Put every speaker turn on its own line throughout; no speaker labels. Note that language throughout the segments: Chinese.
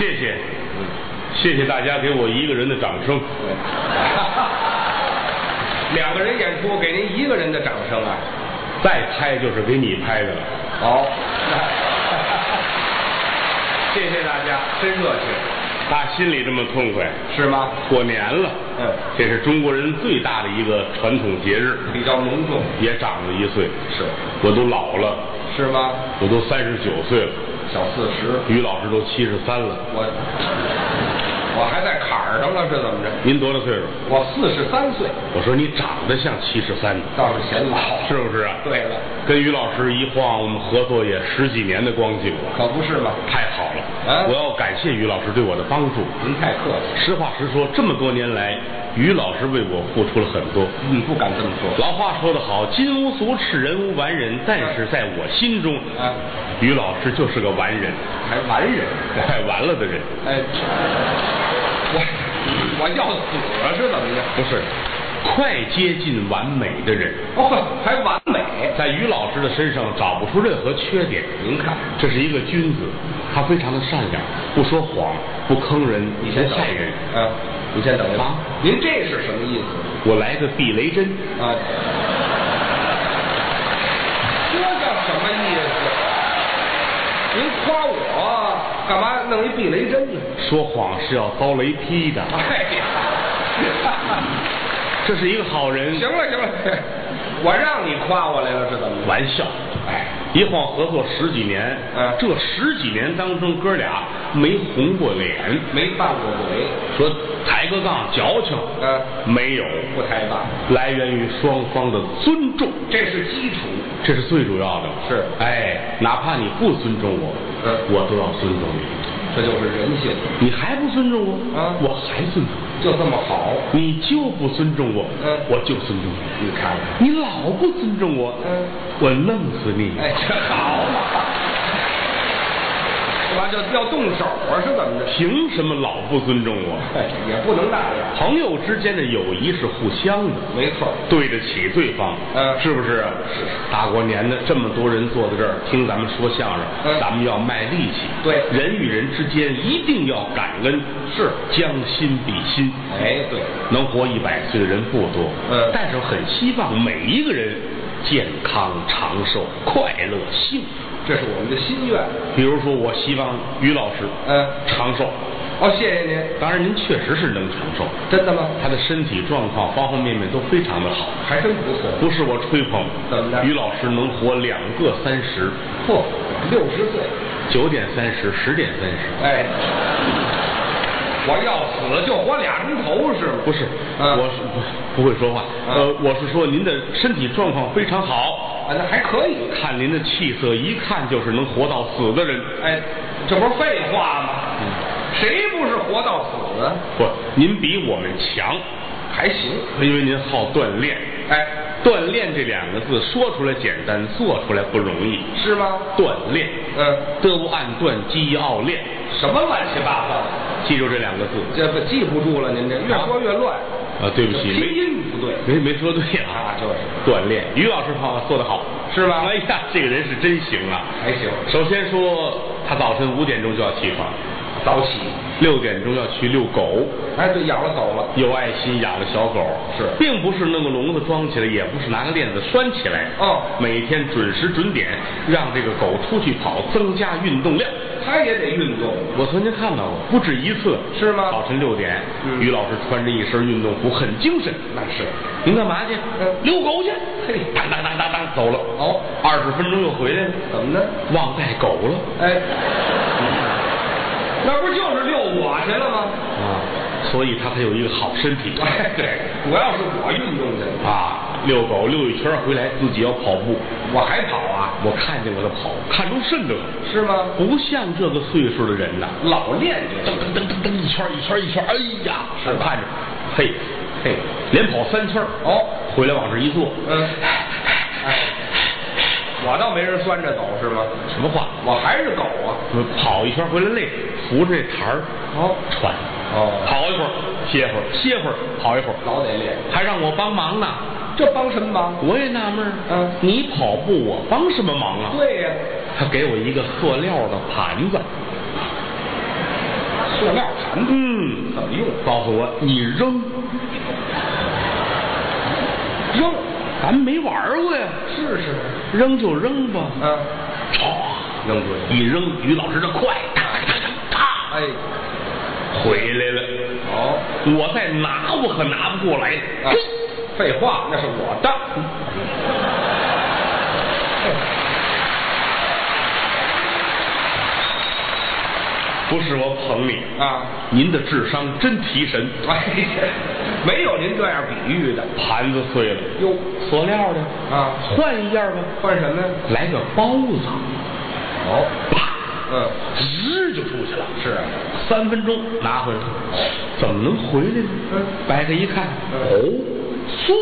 嗯
谢谢大家给我一个人的掌声。
两个人演出给您一个人的掌声啊！
再拍就是给你拍的了。
哦， 谢谢大家，真热情，
打心里这么痛快，
是吗？
过年了，
嗯
这是中国人最大的一个传统节日，
比较隆重，
也长了一岁，
是
我都老了，
是吗？
我都三十九岁了，
小四十，
于老师都七十三了，
我我还在坎儿上了，是怎么着？
您多大岁数？
我四十三岁，
我说你长得像七十三，
倒是显老。
是不是啊？
对了，
跟于老师一晃，我们合作也十几年的光景了，
可不是嘛？
太好了！
啊
我要感谢于老师对我的帮助。
您太客气，
实话实说，这么多年来，于老师为我付出了很多。
嗯，不敢这么说。
老话说得好，金无足赤，人无完人。但是在我心中，
啊，
于老师就是个完人，
还完人，
快完了的人。
哎，我我要死了是怎么的？
不是，快接近完美的人，
哦，还完美，
在于老师的身上找不出任何缺点。
您看，
这是一个君子，他非常的善良，不说谎，不坑人，
你
不
先等
害人。
嗯，你先等一
啊
吧。您这是什么意思
我来个避雷针，
啊？这叫什么意思？您夸我干嘛弄一避雷针呢？
说谎是要遭雷劈 的。
哎呀，
这是一个好人。
行了行了，我让你夸我来了是怎么着？
玩笑，
哎，
一晃合作十几年，
嗯
这十几年当中，哥俩没红过脸。
没犯过鬼，
说抬个杠矫情，
嗯
没有，
不太大，
来源于双方的尊重，
这是基础。
这是最主要的。
是
哎，哪怕你不尊重我，
嗯
我都要尊重你。
这就是人性，
你还不尊重我，
啊
我还尊重你。
就这么好。
你就不尊重我，
嗯
我就尊重你。
你看看，
你老不尊重我，
嗯
我弄死你。
哎，这好嘛，是吧？就要动手啊，是怎么着？
凭什么老不尊重我？
哎也不能那样，
朋友之间的友谊是互相的，
没错，
对得起对方，
嗯
是不是？大过年的，这么多人坐在这儿听咱们说相声，
嗯
咱们要卖力气。
对
人与人之间一定要感恩，
是
将心比心。
哎，对，
能活一百岁的人不多，
嗯
但是很希望每一个人健康长寿、快乐幸福。
这是我们的心愿。
比如说，我希望于老师，
嗯
长寿。
哦，谢谢您，
当然，您确实是能长寿，
真的吗？
他的身体状况方方面面都非常的好。
还真不错。
不是我吹捧，
怎么着
于老师能活两个三十，
嚯，六十岁，
九点三十，十点三十，
哎，我要死就活俩钟头是吗？
不是，
嗯
我是不不会说话，
嗯
呃，我是说您的身体状况非常好，
啊，那还可以。
看您的气色，一看就是能活到死的人。
哎，这不是废话吗？谁不是活到死啊？
不，您比我们强，
还行。
因为您好锻炼。
哎，
锻炼这两个字说出来简单，做出来不容易。
是吗？
锻炼，
嗯，
德不按断，机要练，
什么乱七八糟？
记住这两个字。
这不记不住了，您这越说越乱。
啊，对不起，
拼
没
音不对
没没说对啊
啊，，就是
锻炼。于老师好做得好，
是吧
哎呀，这个人是真行啊！
还行，
首先说，他早晨五点钟就要起床，
早起。
六点钟要去遛狗，
哎，对，养了狗了，
有爱心养了小狗，
是
并不是弄个笼子装起来，也不是拿个链子拴起来，
哦
每天准时准点让这个狗出去跑，增加运动量。
它也得运动，
我曾经看到过不止一次，
是吗
早晨六点，
嗯
于老师穿着一身运动服，很精神。
那是。
您干嘛去
嗯？
遛狗去。
嘿
当当当当当，走了。
哦，嗯
二十分钟又回来了，
怎么呢？
忘带狗了。
哎，那不就是遛我去了吗？
啊，所以他才有一个好身体。
哎，对，我要是我运动去了，
啊，遛狗遛一圈回来，自己要跑步。
我还跑啊？
我看见我就跑，看出甚者，
是吗？
不像这个岁数的人呐，
老练这
噔
个，
噔噔噔噔一圈一圈一圈，哎呀，
是吧
看着，嘿，嘿，连跑三圈儿，
哦，
回来往这一坐，
嗯，哎，我倒没人拴着狗是吗？
什么话？
我还是狗啊。
跑一圈回来累，扶着这台儿
哦
喘，
哦，
跑一会儿歇会儿，歇会儿跑一会儿，
老得练，
还让我帮忙呢。
这帮什么忙？
我也纳闷儿，
嗯
你跑步我帮什么忙啊？
对呀、
他给我一个塑料的盘子，
塑料坛子，
嗯，
怎么用？
告诉我，你扔，
扔，
咱没玩过呀，
试试。
扔就扔吧。
啊，
唰，
扔出去。
一哎扔，于老师这快，哒哒哒
哎，
哒，回来了。
好。
我再拿，我可拿不过来。
啊
嘿，
废话，那是我的。
不是我捧你，
啊，
您的智商真提神。
哎， 没有您这样比喻的。
盘子碎了，
哟，
塑料的，
啊，
换一样吧，
换什么呀？
来个包子，
好，
啪，
嗯，
日就出去了。
是啊，
三分钟拿回来，怎么能回来呢？
嗯
掰开一看，
嗯
哦，素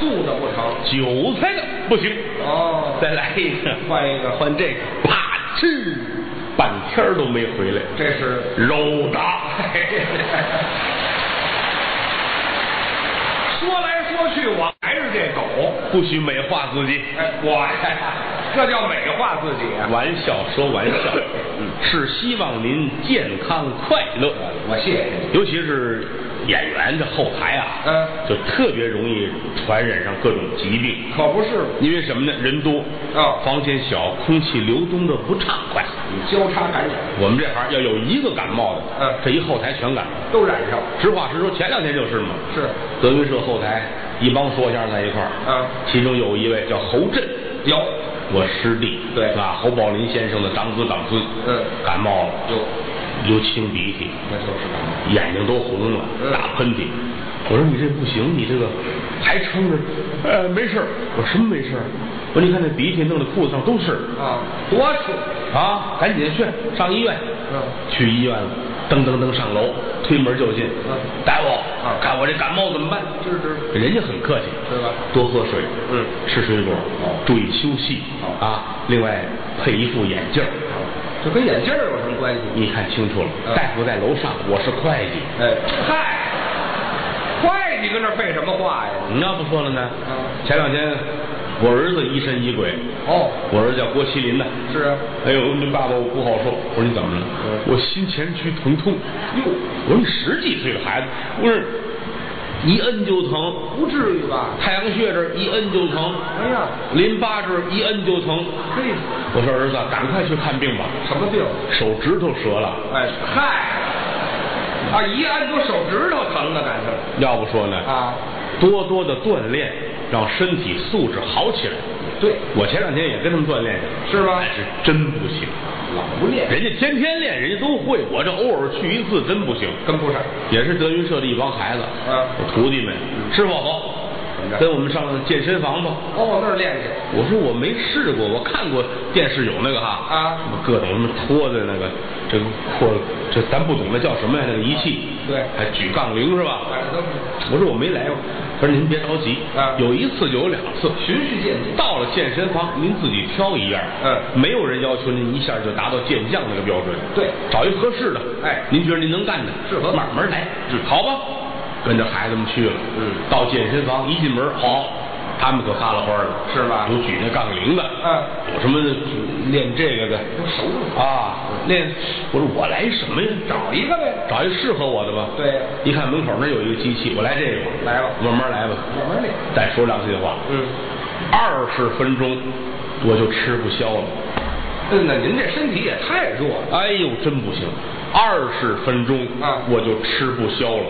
素的不成。
韭菜的不行，
哦，
再来一个，
换一个
换这个，啪吃，半天儿都没回来，
这是
肉的。
说来说去，我还是这狗。
不许美化自己，
哎，我呀，这叫美化自己啊！
玩笑说玩笑， 嗯是希望您健康快乐。
我谢谢你。
尤其是演员这后台啊，
嗯
就特别容易传染上各种疾病，
可不是，
因为什么呢？人多
啊
房间小，空气流通的不畅快。
你交叉感染
我们这行要有一个感冒的，
嗯
这一后台全感。
都染上，
实话实说，前两天就是嘛，
是
德云社后台一帮说相声在一块儿，
嗯
其中有一位叫侯震，
有
我师弟，
对
啊，侯宝林先生的长子长孙，
嗯
感冒了，
有，
流清鼻涕，
那就是感冒。
眼睛都红了，
嗯
打喷嚏。我说你这不行，你这个还撑着，呃，没事儿我什么没事儿我说你看那鼻涕弄的裤子上都是
啊，多处，
啊，赶紧去上医院。
嗯，
去医院了，噔噔噔上楼，推门就进。
嗯
大夫
啊，
看我这感冒怎么办？
是是，
人家很客气，
对吧？
多喝水，
嗯哦
吃水果，注意休息
好
啊。另外配一副眼镜儿，
这跟眼镜儿有什么关系？
你看清楚了。
哦嗯
大夫在楼上，我是会计。
哎，嗨，会计跟这废什么话呀？
你要不说了呢？
嗯
前两天我儿子疑神疑鬼，
哦，
我儿子叫郭麒麟的。
是啊，
哎呦，您爸爸我不好说。我说你怎么了？
嗯
我心前区疼痛。
哟，
我说你十几岁的孩子，不是一摁就疼，
不至于吧？
太阳穴这儿一摁就疼，
哎呀，
淋巴这儿一摁就疼。
嘿，
我说儿子，赶快去看病吧，
什么病？
手指头折了。
哎，嗨，啊，一按出手指头疼啊，感情
要不说呢，
啊，
多多的锻炼，让身体素质好起来。
对，
我前两天也跟他们锻炼去，
是吧
但？是真不行，
老不练，
人家天天练，人家都会，我这偶尔去一次真不行。
跟不上。
也是德云社的一帮孩子，
嗯
我徒弟们，师傅走
怎么，着
跟我们上健身房吧。
哦，那儿练去。
我说我没试过，我看过电视有那个哈
啊
什么各种什么拖的那个，这个扩这咱不懂那叫什么呀？那个仪器，
对
还举杠铃是吧？
反正都是
我说我没来过，他说您别着急，
啊
有一次就有两次，
循序渐进。
到了健身房您自己挑一样，
嗯
没有人要求您一下就达到健将那个标准，
对
找一合适的，
哎
您觉得您能干的，
适合
慢慢来，好吧？跟着孩子们去了，
嗯
到健身房一进门，好，他们可撒了欢了，
是吧
有举那杠铃的，
嗯
有什么练这个的
都熟了，
啊？练，我说我来什么呀？
找一个呗。
找一适合我的吧。
对呀
一看门口那儿有一个机器，我来这个吧，
来吧
慢慢来吧。
慢慢练。
再说良心话，
嗯，
二十分钟我就吃不消了。
真的，您这身体也太弱了。
哎呦，真不行，二十分钟
啊
我就吃不消了，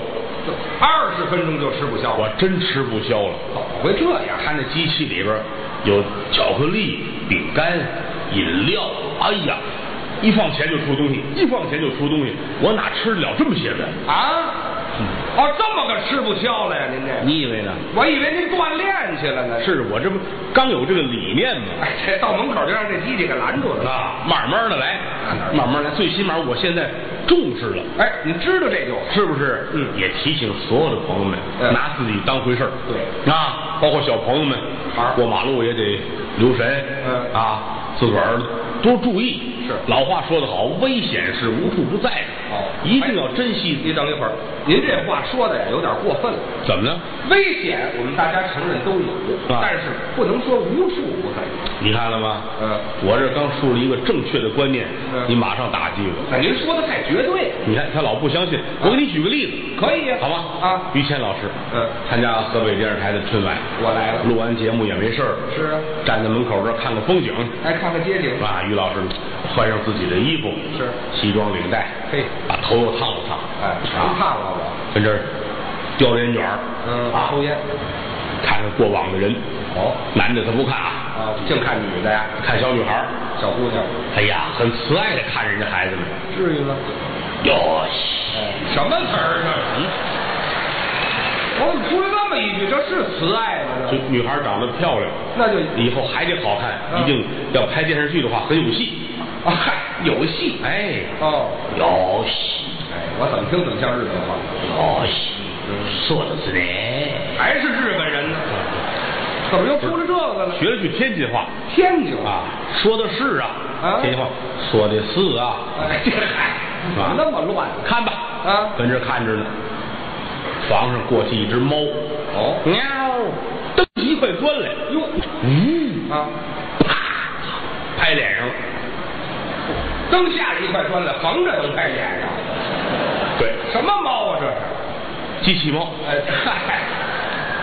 二十分钟就吃不消
我
了，
真吃不消了。
怎么会这样？
他那机器里边有巧克力、饼干、饮料，哎呀，一放钱就出东西，一放钱就出东西，我哪吃得了这么些个？
啊？哦，这么个吃不消了呀？您这，
你以为呢？
我以为您锻炼去了呢。，
是我这不刚有这个理念吗？
哎，这到门口就让这机器给拦住了。
啊，慢慢的来，慢慢地来，最起码我现在重视了。
哎，你知道这就好
是不是？
嗯
也提醒所有的朋友们，
嗯
拿自己当回事儿。
对
啊，包括小朋友们
好，
过马路也得留神。
嗯
啊，自个儿多注意。
是
老话说得好，危险是无处不在的。
哦
一定要珍惜。
你等一会儿，您这话说的呀有点过分了。
怎么了？
危险我们大家承认都有，
啊
但是不能说无处不在。
你看了吗？
嗯
我这刚树立一个正确的观念，
嗯
你马上打击我。
那您说的太绝对，
你看他老不相信，我给你举个例子，
可以呀
好吧？
嗯啊
于谦老师，
嗯
参加河北电视台的春晚，
我来了
录完节目也没事儿，
是啊
站在门口这儿看看风景，
来看看街景。
啊，于老师换上自己的衣服，
是
西装领带，
嘿
把头又烫了烫，
哎，
啊
全看了我。
跟这儿叼着烟卷儿，
嗯，
啊，
抽烟。
看看过往的人，
哦
男的他不看啊，
啊，净看女的呀，
看小女孩儿，
小姑娘，
哎呀，很慈爱的看人家孩子们，
至于吗？
哟
哎，什么词儿这
嗯，
是？我怎么出了这么一句？这是慈爱吗？
这女孩长得漂亮，
那就
以后还得好看，
嗯
一定要拍电视剧的话很有戏。
啊，嗨，有戏。
哎，
哦，
有戏，
哎，我怎么听怎么像日本话，
有戏，说的是呢。
还是日本人呢？怎么又出了这个了？
学了句天津话
天津
啊，说的是啊，
啊
天津话说的是啊，
哎，这嗨，怎么那么乱？
看吧，
啊
跟这看着呢。房上过去一只猫，
哦
喵，蹬一块砖来，
哟，
嗯，
啊，
啪，拍脸上了。
灯下了一块砖来，横着能拍脸上。
对，
什么猫啊这是？
机器猫，
哎嗨，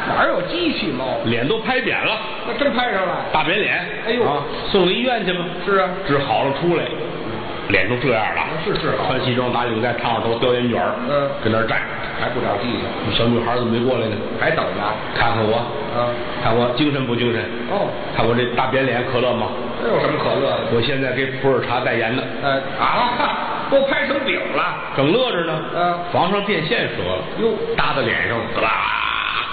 哪有机器猫？
脸都拍扁了。
那真拍上了。
大扁脸，
哎呦
啊，送到医院去吧。
是啊，
治好了出来，嗯脸都这样了。
是啊是好
穿西装打领带，烫着头，叼烟卷儿，
嗯
跟那儿站。
还不着急呢，
着。小女孩怎么没过来呢？
还等呢。
看看我，
啊，
看我精神不精神？
哦，
看我这大扁脸可乐吗？
这有什么可乐的？
我现在给普洱茶代言呢，
呃啊，都拍成饼了。
正乐着呢。
嗯
房上电线折了，
哟，
搭在脸上，啦，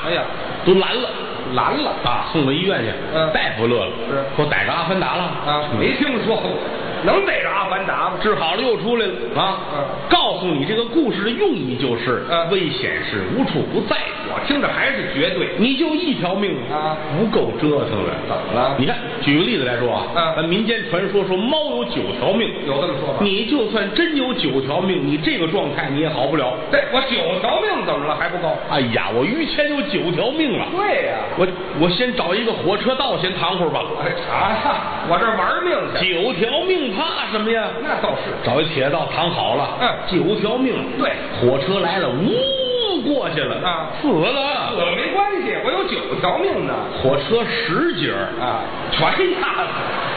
哎呀，
都蓝了。
蓝了。
啊，送到医院去，
嗯
大夫乐了，
是
说逮着阿凡达了
啊，没听说过，能逮着阿凡达吗？
治好了又出来了啊！
嗯
告诉你这个故事的用意就是，
嗯
危险是无处不在的，
我听着还是绝对。
你就一条命
嗯啊
不够折腾了。
怎么了
你看，举个例子来说啊，
嗯
咱民间传说说猫有九条命，
有这么说吗？
你就算真有九条命，你这个状态你也好不了。
对，我九条命怎么了还不够？
哎呀，我于谦有九条命了，
对呀、
我我先找一个火车道先躺会儿吧。
哎啊，我这玩命去，
九条命怕什么呀？
那倒是。
找一铁道躺好了，
嗯
九条命，
对
火车来了，呜过去了，
啊
死
死
了，
了没关系，我有九条命呢。啊
火车十节儿
啊，全压了。